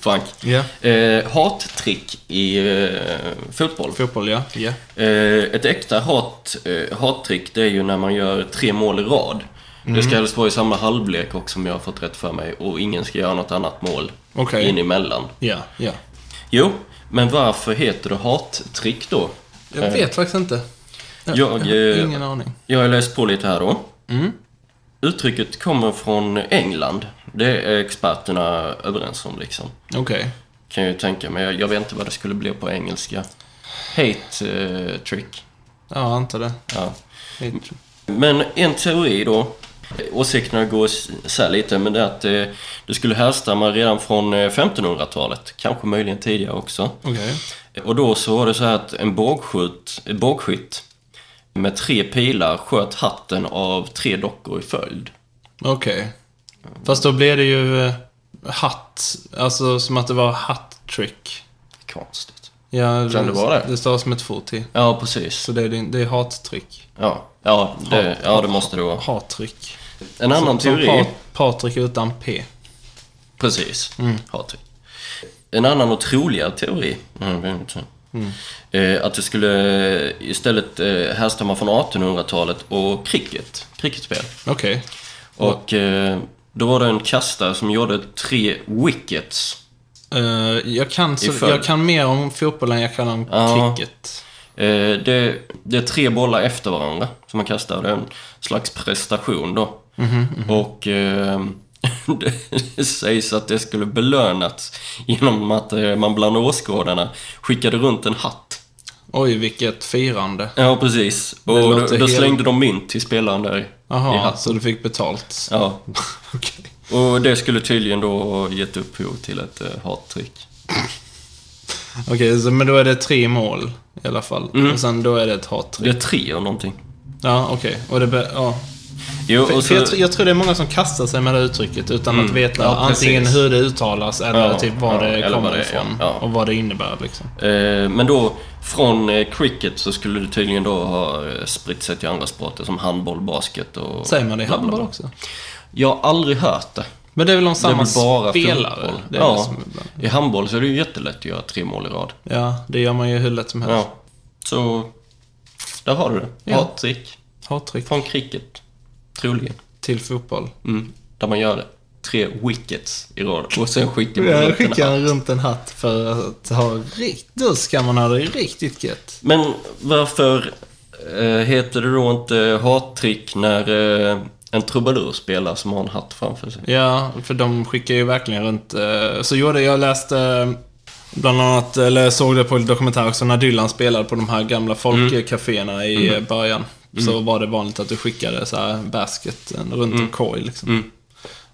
Frank.
Mm. Ja.
Eh, hattrick i eh, fotboll.
Fotboll, ja. Ja.
Eh, ett äkta hat, eh, hattrick det är ju när man gör tre mål i rad. Det
Mm.
ska helst vara i samma halvlek också om jag har fått rätt för mig och ingen ska göra något annat mål
Okej.
in emellan.
Ja, ja.
Jo, men varför heter det hattrick då?
Jag vet faktiskt inte.
Eh. Jag,
har
eh,
ingen aning.
Jag har läst på lite här då. Uttrycket kommer från England. Det är experterna överens om liksom.
Okej.
Kan jag ju tänka mig. Jag- Jag vet inte vad det skulle bli på engelska. Hate eh, trick.
Ja, jag antar det.
Ja.
Det-
Men en teori då. Åsikterna går isär lite, men det är att eh, det skulle härstamma redan från eh, 1500-talet. Kanske möjligen tidigare också.
Okej.
Och då så var det så här att en bågskytt, en bågskytt med tre pilar sköt hatten av tre dockor i följd.
Okej.
Mm.
Fast då blev det ju eh, hatt. Alltså som att det var hat-trick.
Konstigt.
Ja,
Kan det vara det?
Det stavas med två t.
Ja, precis.
Så det är, din- det är hat-trick.
Ja, ja, det, ja, det måste det vara.
Hat-trick.
En annan
Som
teori...
Pat- Patrik utan p.
Precis. Hattrick. En annan och troligare teori. Mm, det är inte så. Eh, Att det skulle eh, istället eh, härstamma från 1800-talet och cricket. Cricketspel.
Okej.
Och eh, då var det en kastare som gjorde tre wickets.
Eh, jag, kan
I
så,
följd.
jag kan mer om fotboll än jag kan om
Ja.
cricket.
Eh, Det, det är tre bollar efter varandra som man kastar. Det är en slags prestation då.
Mhm,
Och eh, det sägs att det skulle belönats genom att eh, man bland åskådarna skickade runt en hatt.
Oj, vilket firande.
Ja, precis. Och då,
låter
då
helt-
slängde de mynt till spelaren där i
Jaha,
hatten.
så du fick betalt.
Ja.
Okej.
Och det skulle tydligen då ha gett upphov till ett eh, hattrick.
Okej, så- men då är det tre mål i alla fall.
Mm.
Och sen då är det ett hat-trick.
Det är tre och någonting.
Ja, okej. Och det... Be- ja.
Jo,
För,
och
för
så, Mm.
jag, tr- jag tror det är många som kastar sig med det uttrycket utan att veta
Ja, precis.
antingen hur det uttalas eller
Ja,
typ var
ja,
det
eller
kommer
vad det är,
ifrån.
ja.
Och vad det innebär liksom.
eh, men då, från eh, cricket så skulle det tydligen då ha eh, spritt sig till andra sporter som handboll, basket och...
Säger man det i
bla, bla, bla.
handboll också?
Jag har aldrig hört det.
Men det är väl om samma
väl bara
spelare?
fotboll.
Det är ja.
Ja.
Det som är ibland.
I handboll så är det ju jättelätt att göra tre mål i rad.
ja, det gör man ju hur lätt som helst.
Ja. Så, där har du det.
Ja.
Hattrick
Hattrick
från cricket, troligen.
till fotboll.
Mm. Där man gör det. Tre wickets i rad och sen skickar man
Jag
runt den
skickar
här.
en runt en hatt för att ha riktigt... Då ska man ha det riktigt gött.
Men varför eh, heter det då inte hattrick när eh, en trubadur spelar som har en hatt framför sig?
Ja, för de skickar ju verkligen runt... eh, Så gjorde jag, läste eh, bland annat, eller jag såg det på en dokumentär också, när Dylan spelade på de här gamla folkkaféerna
Mm.
i eh, början. Så var det vanligt att du skickade så här basketen runt
Mm.
en korg liksom.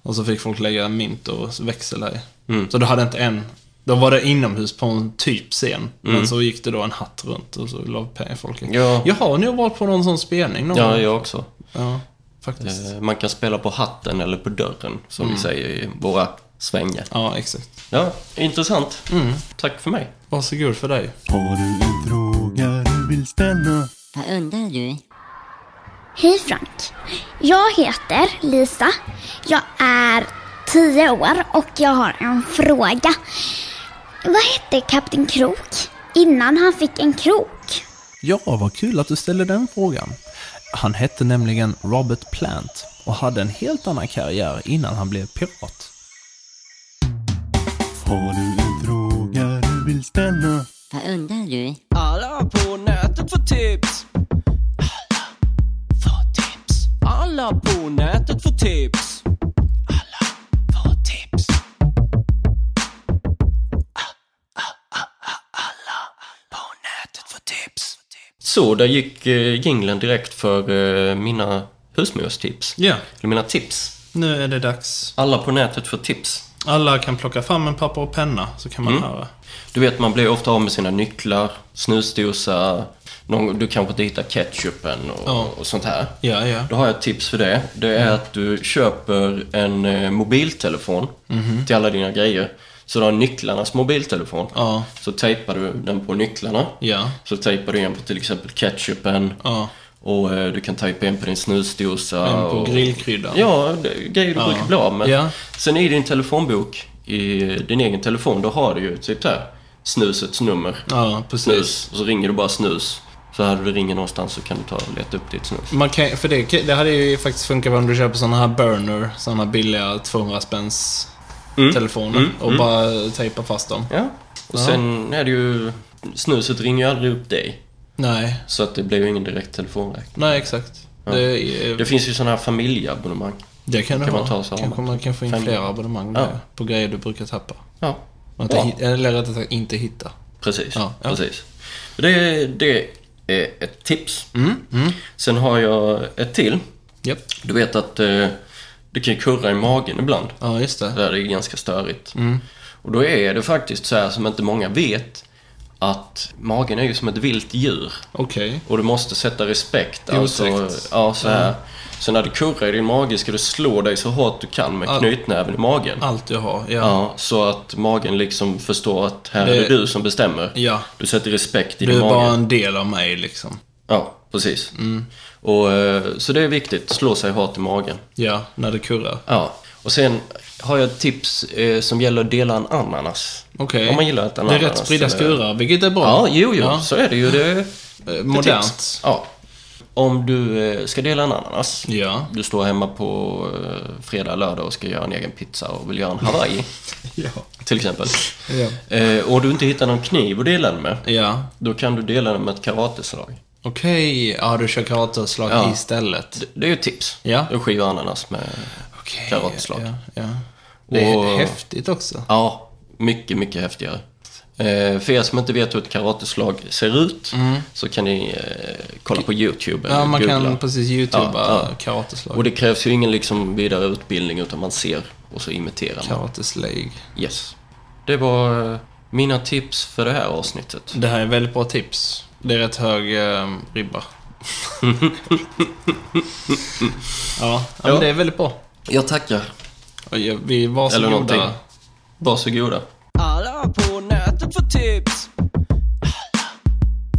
Och så fick folk lägga mynt och växel här i.
Mm.
Så du hade inte en... Då var det inomhus på en typ scen. Men så gick det då en hatt runt och så la pe- folk i.
Mm. Ja.
Jag har nog varit på någon sån spelning någon
Ja,
gång.
jag också.
ja, faktiskt.
Eh, Man kan spela på hatten eller på dörren, som
Mm.
vi säger i våra svängar.
Ja, exakt.
Ja, intressant.
Mm.
Tack för mig.
Varsågod för dig.
Har du en fråga du vill ställa?
Vad undrar du?
Hej Frank. Jag heter Lisa. Jag är tio år och jag har en fråga. Vad hette Kapten Krok innan han fick en krok?
Ja, vad kul att du ställer den frågan. Han hette nämligen Robert Plant och hade en helt annan karriär innan han blev pirat.
Har du en fråga du vill ställa?
Vad undrar du?
Alla på nätet får tips. Alla får tips. Alla på nätet får tips. Alla får tips. Alla på nätet får tips.
Så, där gick eh, jinglen direkt för eh, mina husmorstips.
Ja,
Eller mina tips.
nu är det dags.
Alla på nätet får tips.
Alla kan plocka fram en papper och penna så kan man höra.
Du vet, man blir ofta av med sina nycklar, snusdosa, någon, du kanske inte hittar ketchupen och,
Ja.
och sånt här.
Ja, ja.
Då har jag ett tips för det. Det är att du köper en eh, mobiltelefon
Mhm.
till alla dina grejer. Så du har nycklarnas mobiltelefon.
Ja.
Så tejpar du den på nycklarna.
Ja.
Så tejpar du igen på till exempel ketchupen.
Ja.
Och eh, du kan tejpa igen på din snusdosa.
En på
och...
grillkryddan.
Ja, det- grejer du
Ja.
brukar bli av med.
Ja.
Sen i din telefonbok, i din egen telefon, då har du ju typ så här snusets nummer.
Ja, precis.
Snus. Och så ringer du bara snus. Så här du ringer någonstans så kan du ta och leta upp ditt snus.
Man kan, för det, det hade ju faktiskt funkat om du köper såna här burner, såna billiga 200 spänns telefoner och bara tejpa fast dem.
Ja. Och sen är det ju... Snuset ringer ju aldrig upp dig.
Nej,
Så att det blir ju ingen direkt telefonräkning.
nej exakt. Det, är-
Det finns ju sådana här familjeabonnemang.
Det kan,
kan
du
man
ha.
ta sig av
Kanske
med.
man kan få in
Fem-
flera abonnemang
Ja.
där, på grejer du brukar tappa.
Ja,
Och Inte
Ja.
hit, eller rättare sagt, inte hitta.
precis.
Ja, ja.
precis. Det, det är ett tips. Sen har jag ett till.
Japp.
Du vet att eh, det kan ju kurra i magen ibland.
Ja, just det.
Där det är ganska störigt. Och då är det faktiskt så här som inte många vet. Att magen är ju som ett vilt djur.
Okej.
Och du måste sätta respekt.
Jo,
Alltså,
respekt.
ja, så här. Så när det kurrar i din mage ska du slå dig så hårt du kan med
Ja.
knytnäven i magen.
Allt jag har, ja.
Ja, så att magen liksom förstår att här är
Det-
det du som bestämmer.
Ja.
Du sätter respekt i
Du
din
är
mage.
bara en del av mig liksom.
Ja, precis.
Mm.
Och, eh, så det är viktigt. Slå sig hårt i magen.
Ja, när det kurrar.
Ja. Och sen har jag ett tips eh, som gäller att dela en ananas.
Okej.
Om man gillar ett
Det är
ananas.
rätt spridda
eller-
skurar, vilket är bra.
Ja, jo, jo.
Ja.
Så är det ju. Det,
Eh,
det är
Modernt.
tips. Ja. Om du eh, ska dela en ananas.
Ja.
Du står hemma på eh, fredag, lördag och ska göra en egen pizza och vill göra en hawaii,
Ja.
till exempel.
Ja.
Eh, och du inte hittar någon kniv att dela den med,
Ja.
då kan du dela den med ett karateslag.
Okej. Ja, du kör karateslag
Ja.
istället.
Det, det är ju ett tips.
Ja.
Du skivar ananas med...
Okej.
Karateslag.
Ja, ja. Det är
Och-
häftigt också.
Ja, mycket, mycket häftigare. Eh, för er som inte vet hur ett karateslag ser ut, så kan ni eh, kolla på YouTube eller
Mm. Ja, man
googla.
kan precis youtuba
Ja, ja.
karateslag.
Och det krävs ju ingen liksom vidare utbildning, utan man ser och så imiterar man.
Karateslag.
Yes. Det var eh, mina tips för det här avsnittet.
Det här är väldigt bra tips. Det är rätt hög eh, ribba. ja, ja, men det är väldigt bra.
Jag tackar.
Och jag- Vi var så
Eller någonting.
goda.
Varsågoda.
Alla på nätet får tips. Alla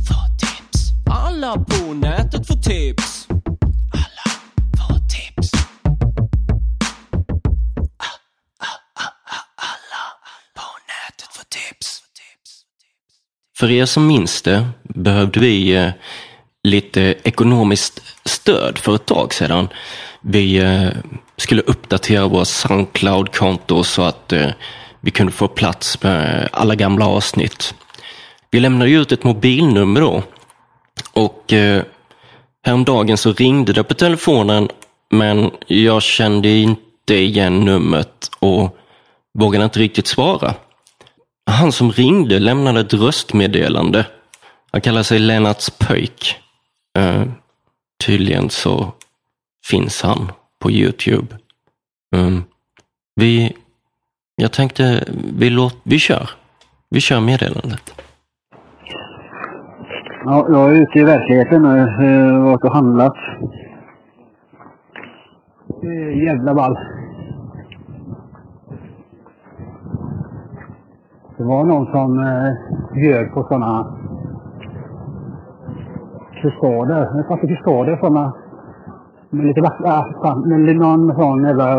får tips. Alla på nätet får tips. Alla får tips.
För er som minns det behövde vi eh, lite ekonomiskt stöd för ett tag sedan. Vi eh, skulle uppdatera våra Soundcloud-konto så att eh, vi kunde få plats med alla gamla avsnitt. Vi lämnade ju ut ett mobilnummer då och eh, häromdagen så ringde det på telefonen men jag kände inte igen numret och vågade inte riktigt svara. Han som ringde lämnade ett röstmeddelande. Han kallar sig Lennarts Pöjk. Eh, tydligen så finns han på Youtube. Mm. vi, jag tänkte, vi, låt, vi kör. Vi kör meddelandet.
Ja, jag är ute i verkligheten nu. Eh, varit och handlat. Det är jävla ball. Det var någon som eh, bjöd på sådana kaskader. Jag fattar kaskader sådana. Med lite vatten. Ah, fan, med li- någon sån jävla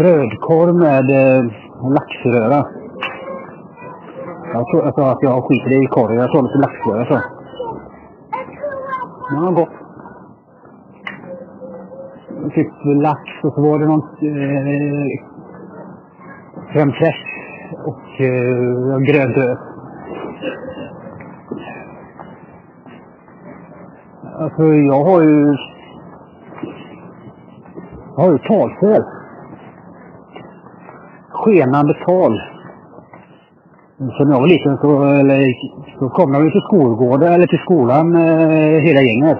brödkorv med eh, laxröra. Jag tror jag sa att jag skiter i korv. Jag tar lite laxröra så. Men vad gott. Typ lax och så var det någon eh, crème fraîche och eh, grönt Alltså jag har ju... Jag har ju talfel. Skenande tal. Så när jag var liten så, eller, så kom de ju till skolgården, eller till skolan, eh, hela gänget.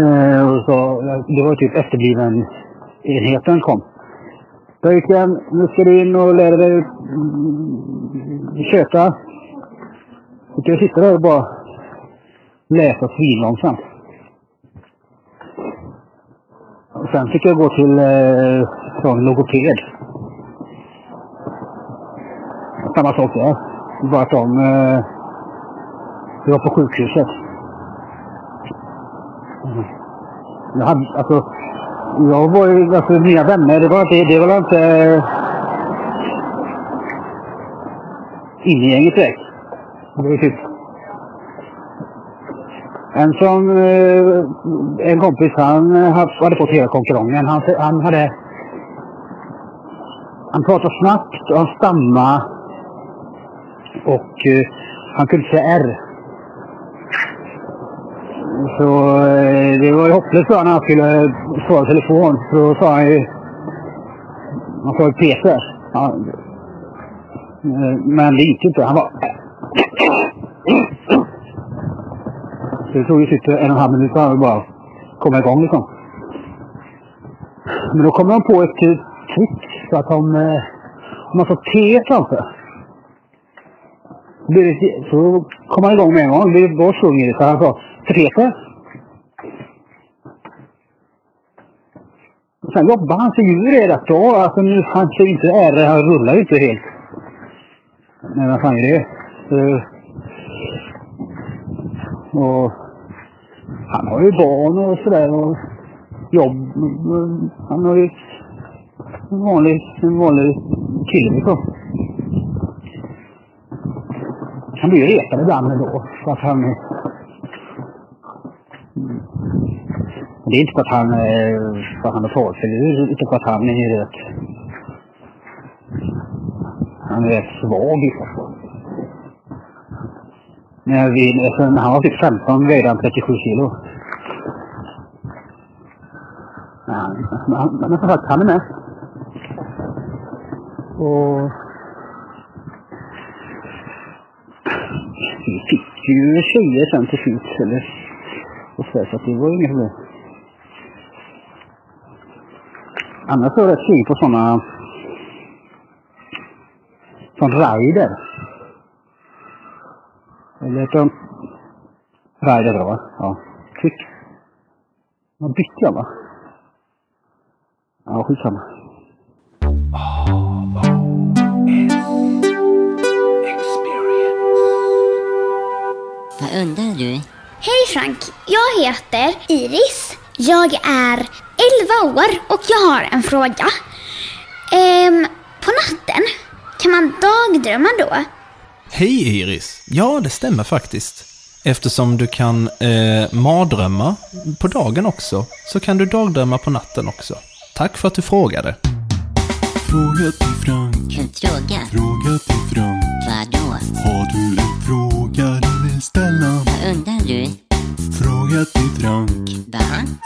Eh, och så, det var typ efterbliven enheten kom. Pojken, nu ska du in och lära dig mm, köta. Du kan ju sitta där och bara läsa svinlångsamt. Och Sen fick jag gå till eh, sån logoped. Samma sak där. Bara att de... Eh, jag var på sjukhuset. Mm. Jag hade, alltså, jag var ju, alltså mina vänner, det var inte, det var inte eh, inne i gänget direkt. Det var ju typ en som, eh, en kompis, han eh, haft- hade fått hela konkurrensen. Han, han hade... Han pratade snabbt och han stammade. Och eh, han kunde säga R. Så eh, det var ju hopplöst för honom när han skulle eh, svara i telefon. För då sa han ju... Han sa ju Peter. Ja. Eh, Men det gick ju inte. Han bara... Så det tog ju typ en och en halv minut för honom att bara komma igång liksom. Men då kom de på ett eh, trick så att om, eh, om man får T framför blir det- så kom han igång med en gång. Det var sjunger det. Så han sa Peter. Och Sen jobbade hans figur är rätt bra. Alltså nu, han ser inte R, han rullar ju inte helt. Nej, vad fan är det? Eh, och han har ju barn och sådär och jobb. Han har ju en vanlig, en vanlig kille liksom. Han blir ju retad ibland ändå. För att han... Mm. Det är inte för att han, eh, för att han är farfigur, utan för att han är rätt... Han är rätt svag liksom. När vi, alltså, när han var typ 15 vägde han 37 kilo. Men han- han- Men som sagt, han är med. Och... Vi fick ju tjejer sen till slut. Eller... Och så, så att det var ju inget problem. Annars var jag rätt sugen på sådana... Som rider. Eller heter de... Rider då, va? Ja. Tryck. Vad bytte jag, va? Ja, skitsamma.
Vad undrar du?
Hej Frank, jag heter Iris. Jag är 11 år och jag har en fråga. Ehm, på natten, kan man dagdrömma då?
Hej Iris! Ja, det stämmer faktiskt. Eftersom du kan eh, mardrömma på dagen också, så kan du dagdrömma på natten också. Tack för att du frågade.
Fråga till Frank.
En fråga?
Fråga till Frank.
Vadå?
Har du en fråga du vill ställa?
Vad undrar du?
Fråga till Frank.
Va?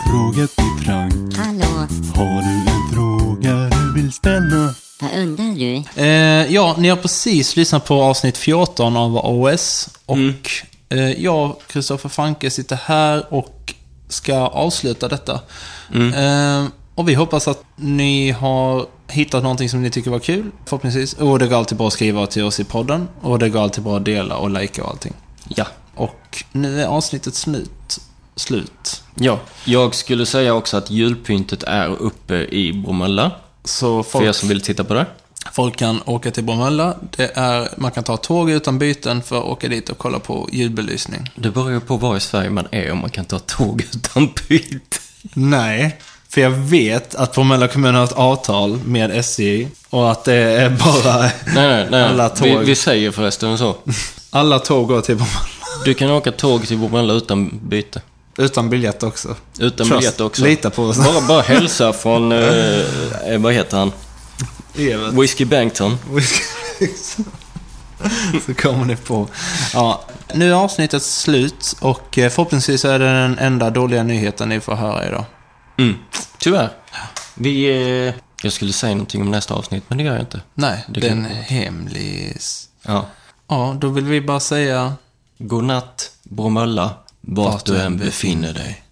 Fråga till Frank.
Hallå?
Har du en fråga du vill ställa?
Vad undrar du?
Eh, ja, ni har precis lyssnat på avsnitt 14 av AOS. Och
Mm.
eh, jag, Kristoffer Franke, sitter här och ska avsluta detta.
Mm.
Eh, och vi hoppas att ni har hittat någonting som ni tycker var kul, förhoppningsvis. Och det går alltid bra att skriva till oss i podden. Och det går alltid bra att dela och likea och allting.
Ja.
Och nu är avsnittet slut. Slut.
Ja, jag skulle säga också att julpyntet är uppe i Bromölla.
Så
För
folk-
er som vill titta på det.
Folk kan åka till Bromölla. Det är, man kan ta tåg utan byten för att åka dit och kolla på ljudbelysning.
Det beror ju på var i Sverige man är om man kan ta tåg utan byte.
Nej, för jag vet att Bromölla kommun har ett avtal med SJ och att det är bara
Nej, nej, nej.
alla tåg.
Vi, vi säger förresten så.
Alla tåg går till Bromölla.
Du kan åka tåg till Bromölla utan byte.
Utan biljett också.
Utan
Trust.
biljett också.
Lita på oss.
Bara, bara hälsa från, eh, eh, vad heter han?
Evert.
Whiskey Bengtsson.
Så kommer ni på. Ja, nu är avsnittet slut och eh, förhoppningsvis är det den enda dåliga nyheten ni får höra idag.
Mm. Tyvärr. Vi... Eh, jag skulle säga någonting om nästa avsnitt, men det gör jag inte.
Nej,
Det
det är
kan
en
vara.
hemlis.
Ja.
Ja, då vill vi bara säga
God natt, Bromölla, vart du än befinner dig.